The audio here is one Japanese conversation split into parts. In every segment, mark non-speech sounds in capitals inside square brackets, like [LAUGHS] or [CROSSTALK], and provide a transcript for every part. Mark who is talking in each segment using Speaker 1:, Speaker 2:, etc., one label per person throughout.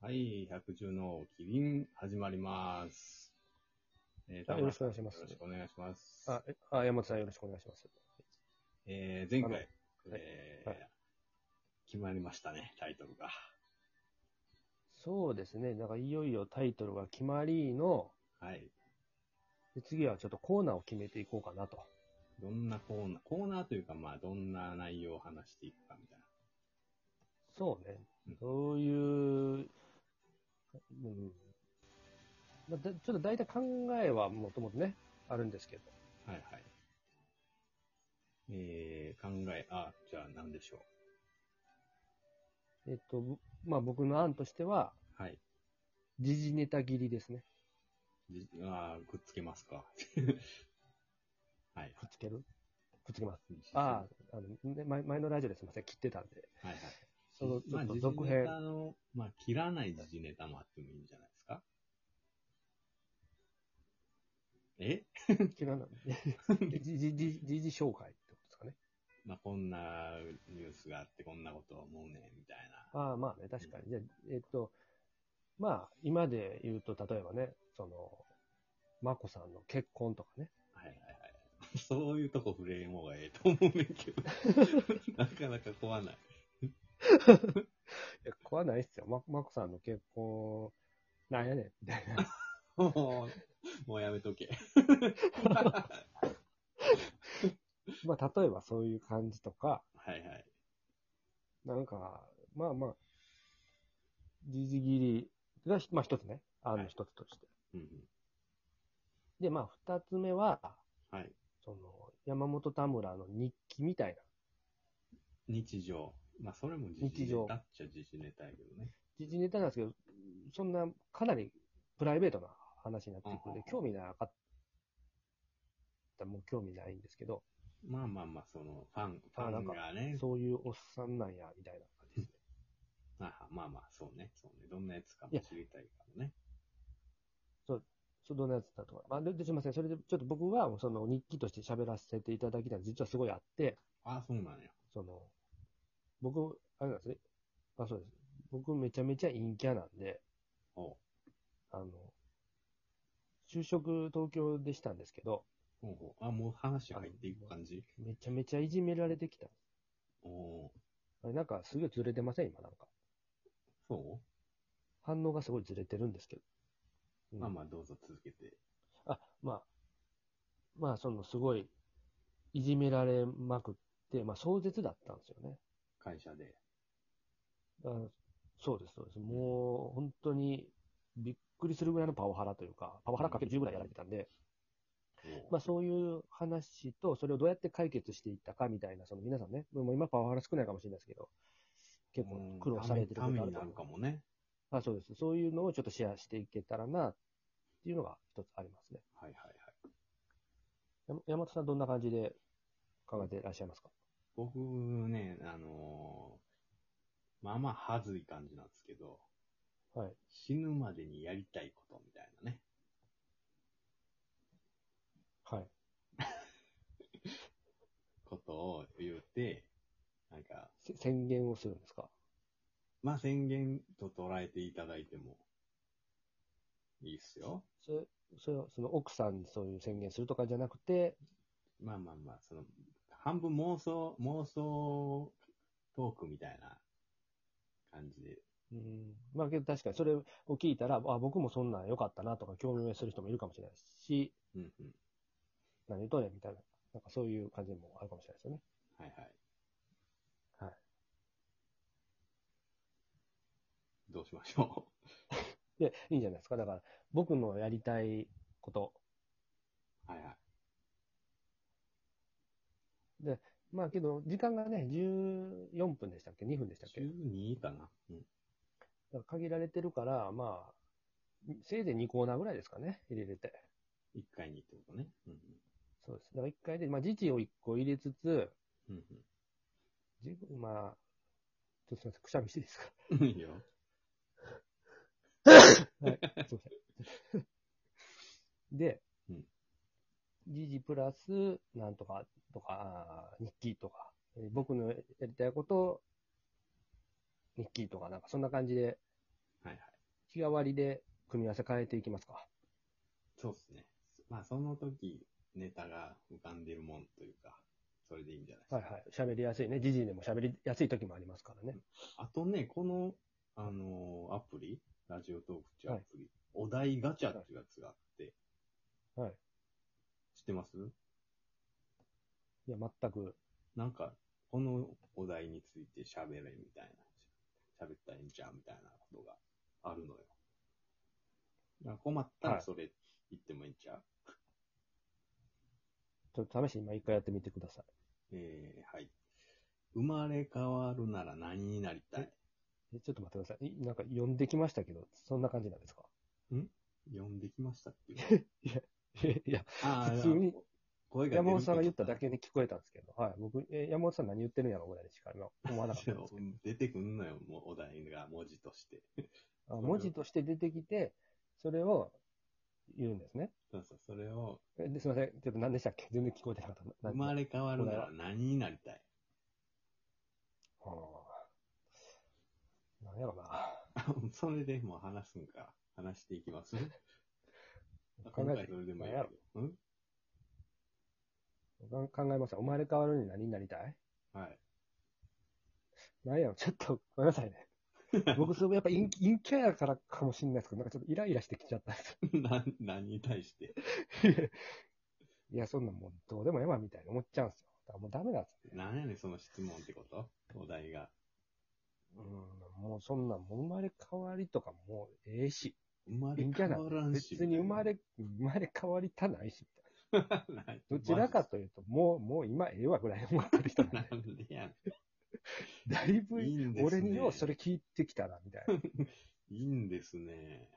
Speaker 1: はい、百獣の王キリン、始まります。え
Speaker 2: あよろしくお願いします
Speaker 1: よろしくお願いします。
Speaker 2: あ、えあ山本さんよろしくお願いします。
Speaker 1: えー、前回、
Speaker 2: あのはい
Speaker 1: えー
Speaker 2: は
Speaker 1: 決まりましたね、タイトルが。
Speaker 2: そうですね。なんかいよいよタイトルが決まりの、
Speaker 1: はい。
Speaker 2: で次はちょっとコーナーを決めていこうかなと。
Speaker 1: どんなコーナー、コーナーというか、まあ、どんな内容を話していくかみたいな。
Speaker 2: そうね
Speaker 1: うん。
Speaker 2: どういう、うん。まあ、だちょっと大体考えはもともとね、あるんですけど。
Speaker 1: はいはい。えー、考え、あ、じゃあ何でしょ
Speaker 2: えっと、ぶまあ僕の案としては、
Speaker 1: う。はい。
Speaker 2: 時事ネタ切りですね。
Speaker 1: じあーくっつけますか。 [LAUGHS] はい。
Speaker 2: くっつけるくっつけます。ああ、あの、ね、前前のラジオですいません。切ってたんで。
Speaker 1: はいはい。
Speaker 2: その、ち
Speaker 1: ま
Speaker 2: ょ
Speaker 1: あ、
Speaker 2: っと
Speaker 1: 時
Speaker 2: 続
Speaker 1: 事ネ
Speaker 2: 編。
Speaker 1: タの、まあ、切らない時事ネタもあってもいいんじゃないですか。え
Speaker 2: 切らない。 [LAUGHS] じじじじじ紹介ってことですかね。
Speaker 1: まあ、こんなニュースがあって、こんなこと思うね、みたい
Speaker 2: ああ、まあね、確かに。じゃあえっと、まあ、今で言うと、例えばね、その、眞子さんの結婚とかね。
Speaker 1: な。はいはいはい。 [LAUGHS] そういうとこ触れん方がええと思うねんけど。 [LAUGHS] なかなか怖ない。
Speaker 2: いや、怖ないっすよ。ま眞子さんの結婚、なんやねん、みたいな。 [LAUGHS]
Speaker 1: もう、もうやめとけ。
Speaker 2: まあ、例えばそういう感じとか、
Speaker 1: はいはい。
Speaker 2: なんか、まあまあ、じじぎりが、まあ一つね、案の一つとして。
Speaker 1: うんうん、
Speaker 2: で、まあ二つ目は、
Speaker 1: はい。
Speaker 2: その、山本田村の日記みたいな。
Speaker 1: 日常。まあ、それも時事ネタっちゃ時事ネタやけどね。
Speaker 2: 時事ネタなんですけど、そんな、かなりプライベートな話になってくるの
Speaker 1: うん
Speaker 2: で、興味なかったらもう興味ないんですけど、
Speaker 1: まあまあまあ、その、ファン、フ
Speaker 2: あ
Speaker 1: ァ
Speaker 2: なん
Speaker 1: ン
Speaker 2: か
Speaker 1: がね、
Speaker 2: そういうおっさんなんや、みたいな感じですね。
Speaker 1: まあまあまあ、そうね、そうね。どんなやつかも
Speaker 2: いや
Speaker 1: 知りたいからね。
Speaker 2: そどんなやつだとか。まあ、でですいません。それで、ちょっと僕は、その日記として喋らせていただきたいのは実はすごいあって、
Speaker 1: ああ、そうなんや。
Speaker 2: その、僕、あれなんですね。あ、そうです。僕めちゃめちゃ陰キャなんで、
Speaker 1: おう
Speaker 2: あの、就職東京でしたんですけど、
Speaker 1: ほうほう。あ、もう話入っていく感じ
Speaker 2: めちゃめちゃいじめられてきた。
Speaker 1: おおー
Speaker 2: あれなんかすごいずれてません今なんか。
Speaker 1: そ
Speaker 2: 反応がすごいずれてるんですけど。
Speaker 1: う
Speaker 2: うん
Speaker 1: まあまあ、どうぞ続けて。
Speaker 2: あ、まあ、まあ、そのすごい、いじめられまくって、まあ、壮絶だったんですよね。
Speaker 1: 会社で。
Speaker 2: あそうです、そうです。もう、本当に、びっくりするぐらいのパワハラというか、パワハラかける10ぐらいやられてたんで、
Speaker 1: おう
Speaker 2: まあ、そういう話と、それをどうやって解決していったかみたいな、その皆さんね、もう今パワハラ少ないかもしれないですけど、結構苦労されてる
Speaker 1: た
Speaker 2: こ
Speaker 1: め
Speaker 2: とあ
Speaker 1: に
Speaker 2: る
Speaker 1: な
Speaker 2: と
Speaker 1: る
Speaker 2: 思う
Speaker 1: かもね。
Speaker 2: あ、そうです。そういうのをちょっとシェアしていけたらな、っていうのが一つありますね。
Speaker 1: はいはいはい。
Speaker 2: や山本さん、どんな感じで考えていらっしゃいますか
Speaker 1: 僕ね、あのーまあまあ、はずい感じなんですけど、
Speaker 2: はい。
Speaker 1: 死ぬまでにやりたいことみたいなね。
Speaker 2: はい。
Speaker 1: ことを言うて、なんか、
Speaker 2: せ宣言をするんですか
Speaker 1: まあ宣言と捉えていただいても、いいっすよ。
Speaker 2: それ、それはその奥さんにそういう宣言するとかじゃなくて、
Speaker 1: まあまあまあ、その、半分妄想、妄想トークみたいな感じで。
Speaker 2: うん、まあけど確かにそれを聞いたら、あ、僕もそんなん良かったなとか興味をする人もいるかもしれないし、
Speaker 1: うんうん。
Speaker 2: 何言うとんねんみたいな、なんかそういう感じもあるかもしれないですよね。
Speaker 1: はいはい。
Speaker 2: はい。
Speaker 1: どうしましょ
Speaker 2: で、いいんじゃないですか。だから、僕のやりたいこと、
Speaker 1: う。 [LAUGHS] はいはい。
Speaker 2: まあけど、時間がね、14分でしたっけ ?2 分でしたっけだか
Speaker 1: 12かな。うん。
Speaker 2: ら限られてるから、まあ、せいぜい2コーナーぐらいですかね、入れれて。
Speaker 1: 1回にってことね。うん
Speaker 2: そうです。だから1回で、まあ、時事を1個入れつつ、
Speaker 1: うん。
Speaker 2: じまあ、ちょっとすみません、くしゃみしていいですか
Speaker 1: うん [LAUGHS] うん。いいよ。
Speaker 2: すみません。で
Speaker 1: うん、
Speaker 2: 時事プラス、なんとかとか、あー日記とか、えー僕のやりたいこと、日記とか、なんかそんな感じで
Speaker 1: はいはい。
Speaker 2: 日替わりで組み合わせ変えていきますか。
Speaker 1: そうっすね。まあ、その時、ネタが浮かんでるもんというか、それでいいんじゃないですか。
Speaker 2: はいはい。喋りやすいね。時事でも喋りやすい時もありますからね。
Speaker 1: あとね、この、あのーアプリ、ラジオトークっていうアプリ、お題ガチャっていうやつがあって、
Speaker 2: はい。
Speaker 1: 知ってます
Speaker 2: いや、全く。
Speaker 1: なんか、このお題について喋れみたいな、喋ったらいいんちゃうみたいなことがあるのよ。だから困った
Speaker 2: は
Speaker 1: ら
Speaker 2: い
Speaker 1: それ言ってもいいんちゃう、
Speaker 2: ちょっと試しに今一回やってみてください。
Speaker 1: えー、はい。生まれ変わるなら何になりたい
Speaker 2: えちょっと待ってください。いなんか呼んできましたけど、そんな感じなん [LAUGHS] ですか
Speaker 1: 呼んできましたって
Speaker 2: [LAUGHS]
Speaker 1: いう。
Speaker 2: いや、
Speaker 1: あー
Speaker 2: 普通に、
Speaker 1: 声が出ると
Speaker 2: 山本さんが言っただけで聞こえたんですけど、はい。僕、え山本さん何言ってるんやろぐらいでしか今思わなかったん
Speaker 1: [LAUGHS]
Speaker 2: ですけ
Speaker 1: 出てくんのよ、もうお題が文字として。
Speaker 2: ど、あ文字として出てきて、それを言うんですね。
Speaker 1: そうそう、それを、
Speaker 2: えですいません。ちょっと何でしたっけ全然聞こえてなかった。
Speaker 1: 生
Speaker 2: 何
Speaker 1: まれ変わるなら何になりたい [LAUGHS]
Speaker 2: あーなんやろな。
Speaker 1: それでもう話すんか。話していき
Speaker 2: [LAUGHS]
Speaker 1: ます。
Speaker 2: 考
Speaker 1: 今
Speaker 2: え
Speaker 1: 回
Speaker 2: て
Speaker 1: それでもいい
Speaker 2: なんや
Speaker 1: けど。ん
Speaker 2: ろ考えました。生まれ変わるに何になりたい
Speaker 1: はい。 [LAUGHS]
Speaker 2: 何やろちょっと、ごめんなさいね。僕、それやっぱ陰陰キャやからかもしれないですけど、なんかちょっとイライラしてきちゃったんです。
Speaker 1: な、何に対して。
Speaker 2: いや、そんなんもうどうでもええわ、みたいに思っちゃうんですよ。だからもうダメなんですよね。
Speaker 1: なんやねん、その質問ってことお題が。
Speaker 2: うん、もうそんなん、もう生まれ変わりとかもうええし、
Speaker 1: 生まれ
Speaker 2: 陰キ
Speaker 1: 変
Speaker 2: ャな
Speaker 1: わ
Speaker 2: ん
Speaker 1: らん
Speaker 2: で
Speaker 1: し。
Speaker 2: 別に生まれ、生まれ変わりたないし、みたい
Speaker 1: [LAUGHS] ない。
Speaker 2: な。どちらかというと、もう、もう今ええわぐらい思ってる人なん
Speaker 1: マ
Speaker 2: で [LAUGHS]
Speaker 1: ジで。なんでやね
Speaker 2: だいぶ
Speaker 1: ん。いいんですね。
Speaker 2: 俺にようそれ。聞いてきたな、みたいな。
Speaker 1: いいんですね。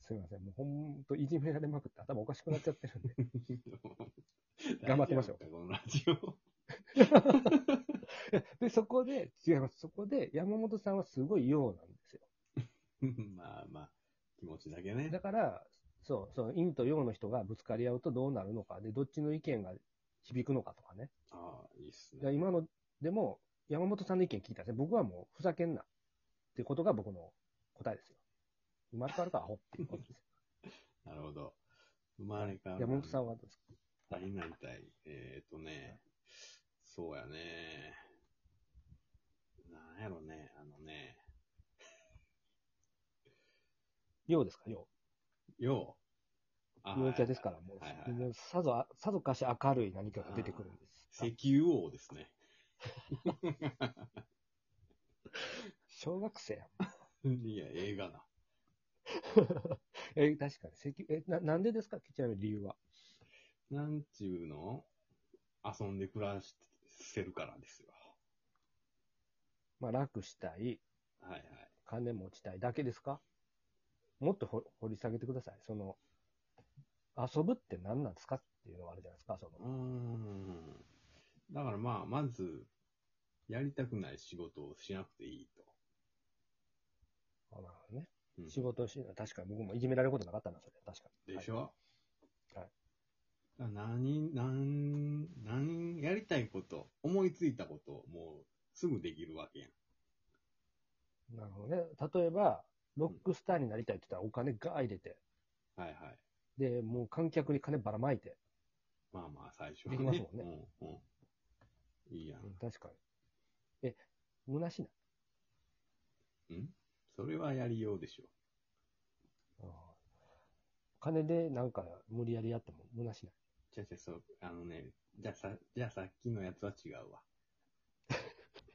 Speaker 2: すいません。もうほんといじめられまくって頭おかしくなっちゃってるんで。 [LAUGHS] 頑張ってますよ
Speaker 1: [LAUGHS] 大丈夫かこのラジオ。
Speaker 2: で、そこで、違います。そこで山本さんはすごいようなんですよ。
Speaker 1: まあまあ、気持ちだけね。
Speaker 2: だから、そう、そう、陰と陽の人がぶつかり合うとどうなるのか、で、どっちの意見が響くのかとかね。
Speaker 1: ああ、いいっす
Speaker 2: だから
Speaker 1: ね。
Speaker 2: 今の、でも、山本さんの意見聞いたんですね。僕はもう、ふざけんな。ってことが僕の答えですよ。生まれ変わるからアホっていうことですよ。
Speaker 1: なるほど。生まれ変わる。
Speaker 2: 山本さんはどうですか
Speaker 1: 何になりたいえっ、ー、とね、そうやね。なんやろね、あのね、
Speaker 2: 陽ですか陽。
Speaker 1: よう。あ
Speaker 2: 陽キャですから、も
Speaker 1: はいは
Speaker 2: う、
Speaker 1: い
Speaker 2: もうさぞ、さぞかし明るい何かが出てくるんです。
Speaker 1: 石油王ですね。 [LAUGHS]
Speaker 2: 小学生やん。 [LAUGHS]
Speaker 1: いや、映画な。
Speaker 2: え、確かに。石油え、な、なんでですかちなみに理由は。
Speaker 1: なんちゅうの遊んで暮らしてるからですよ。
Speaker 2: まあ、楽したい、
Speaker 1: はいはい。
Speaker 2: 金持ちたいだけですかもっとほ掘り下げてください。その、遊ぶって何なんですかっていうのがあるじゃないですか。そうの
Speaker 1: ーん。だからまあ、まず、やりたくない仕事をしなくていいと。
Speaker 2: あなるほどね、
Speaker 1: うん
Speaker 2: 仕事をしない。確かに僕もいじめられることなかったな、それ。確かに。
Speaker 1: でしょ、
Speaker 2: はいはい
Speaker 1: だから何、何、何やりたいこと、思いついたことをもうすぐできるわけやん。
Speaker 2: はいなるほどね。例えば、ロックスターになりたいって言ったらお金ガー入れて、
Speaker 1: はいはい。
Speaker 2: で、もう観客に金ばらまいて。
Speaker 1: まあまあ、最初は
Speaker 2: できますもんね。
Speaker 1: うんうん。いいや
Speaker 2: うん
Speaker 1: ん。
Speaker 2: 確かに。え、虚しいな。
Speaker 1: うんそれはやりようでしょ。
Speaker 2: あー金でなんか無理やりやっても虚しいな。 [LAUGHS]
Speaker 1: じゃじゃ、そう、あのね、じゃあさ、じゃあさっきのやつは違
Speaker 2: [LAUGHS]
Speaker 1: うわ。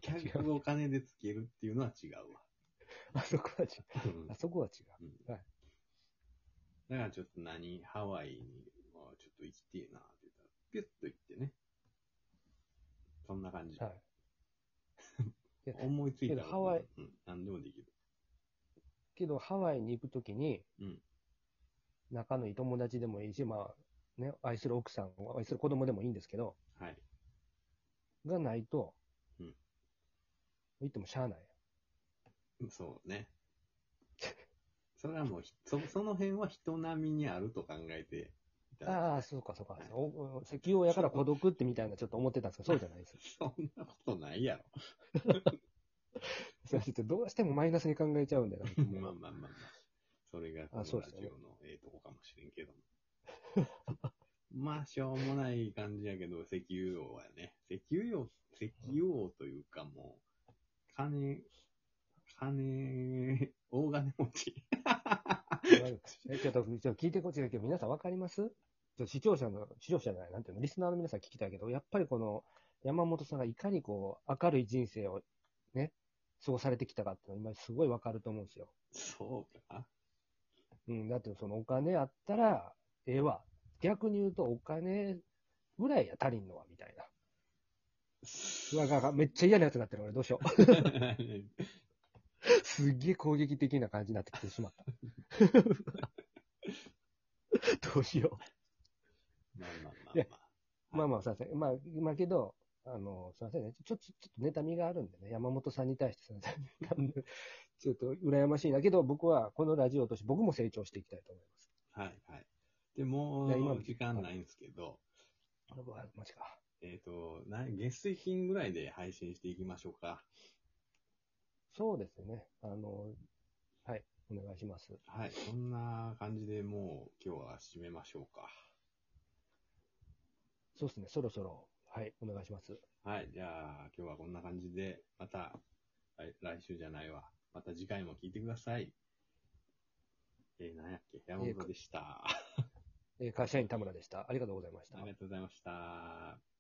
Speaker 1: 客をお金でつけるっていうのは違うわ。
Speaker 2: あそこは違
Speaker 1: うん
Speaker 2: [LAUGHS] う。あそこは違う。
Speaker 1: うん
Speaker 2: はい
Speaker 1: だからちょっと何、ハワイに、まあ、ちょっと行きてえなって言ったら、ピュッと行ってね。そんな感じ。
Speaker 2: はい。いや
Speaker 1: 思いついたら、
Speaker 2: けどハワイ
Speaker 1: うん、何でもできる。
Speaker 2: けど、ハワイに行くときに、
Speaker 1: うん
Speaker 2: 仲のいい友達でもいいし、まあ、ね、愛する奥さん、愛する子供でもいいんですけど、
Speaker 1: はい。
Speaker 2: がないと、
Speaker 1: うん
Speaker 2: 行ってもしゃあない。
Speaker 1: そうね。 [LAUGHS] それはもうひ、そ、その辺は人並みにあると考えていただ
Speaker 2: ああ、そうかそうか。おお石油王やから孤独ってみたいなちょっと思ってたんですけど、そうじゃないですよ。
Speaker 1: そんなことないやろ。
Speaker 2: [LAUGHS] すいませんちょっとどうしてもマイナスに考えちゃうんで、なんかもう
Speaker 1: まあまあまあまあ。それがこのラジ
Speaker 2: そうですよね
Speaker 1: オのええとこかもしれんけども。 [LAUGHS] まあ、しょうもない感じやけど、石油王はね。石油王、石油王というかもう、金、金、大金持ち。 [LAUGHS]
Speaker 2: えちょっと、ちょっと聞いてこっちだけど、皆さんわかりますちょ視聴者の、視聴者じゃない、なんていうの、リスナーの皆さん聞きたいけど、やっぱりこの、山本さんがいかにこう、明るい人生をね、過ごされてきたかっていうのは、今すごいわかると思うんですよ。
Speaker 1: そうか
Speaker 2: うん、だってそのお金あったら、ええわ。逆に言うと、お金ぐらいや、足りんのは、みたいな。うわがが、めっちゃ嫌なやつになってる、俺、どうしよう。すっげえ攻撃的な感じになってきてしまった。どうしよう。
Speaker 1: まあまあま
Speaker 2: いや
Speaker 1: あまあ。
Speaker 2: まあまあ、すいません。まあ、まあけど、あの、すいませんね。ちょ、ちょ、ちょっと妬みがあるんでね。山本さんに対してすいません、 [LAUGHS] ちょっと羨ましいんだけど、僕はこのラジオとして僕も成長していきたいと思います。
Speaker 1: はいはい。で、も
Speaker 2: いや今
Speaker 1: う時間ないんですけど、
Speaker 2: あのあマジか。
Speaker 1: えっ、と、な月水金ぐらいで配信していきましょうか。
Speaker 2: そうですね。あの、はい、お願いします。
Speaker 1: はい、そんな感じでもう今日は締めましょうか。
Speaker 2: そうですね。そろそろ、はい、お願いします。
Speaker 1: はい、じゃあ今日はこんな感じで、また、来来週じゃないわ。また次回も聞いてください。えー、なんやっけ山本でした。
Speaker 2: えー会社員田村でした。ありがとうございました
Speaker 1: あ。りがとうございました。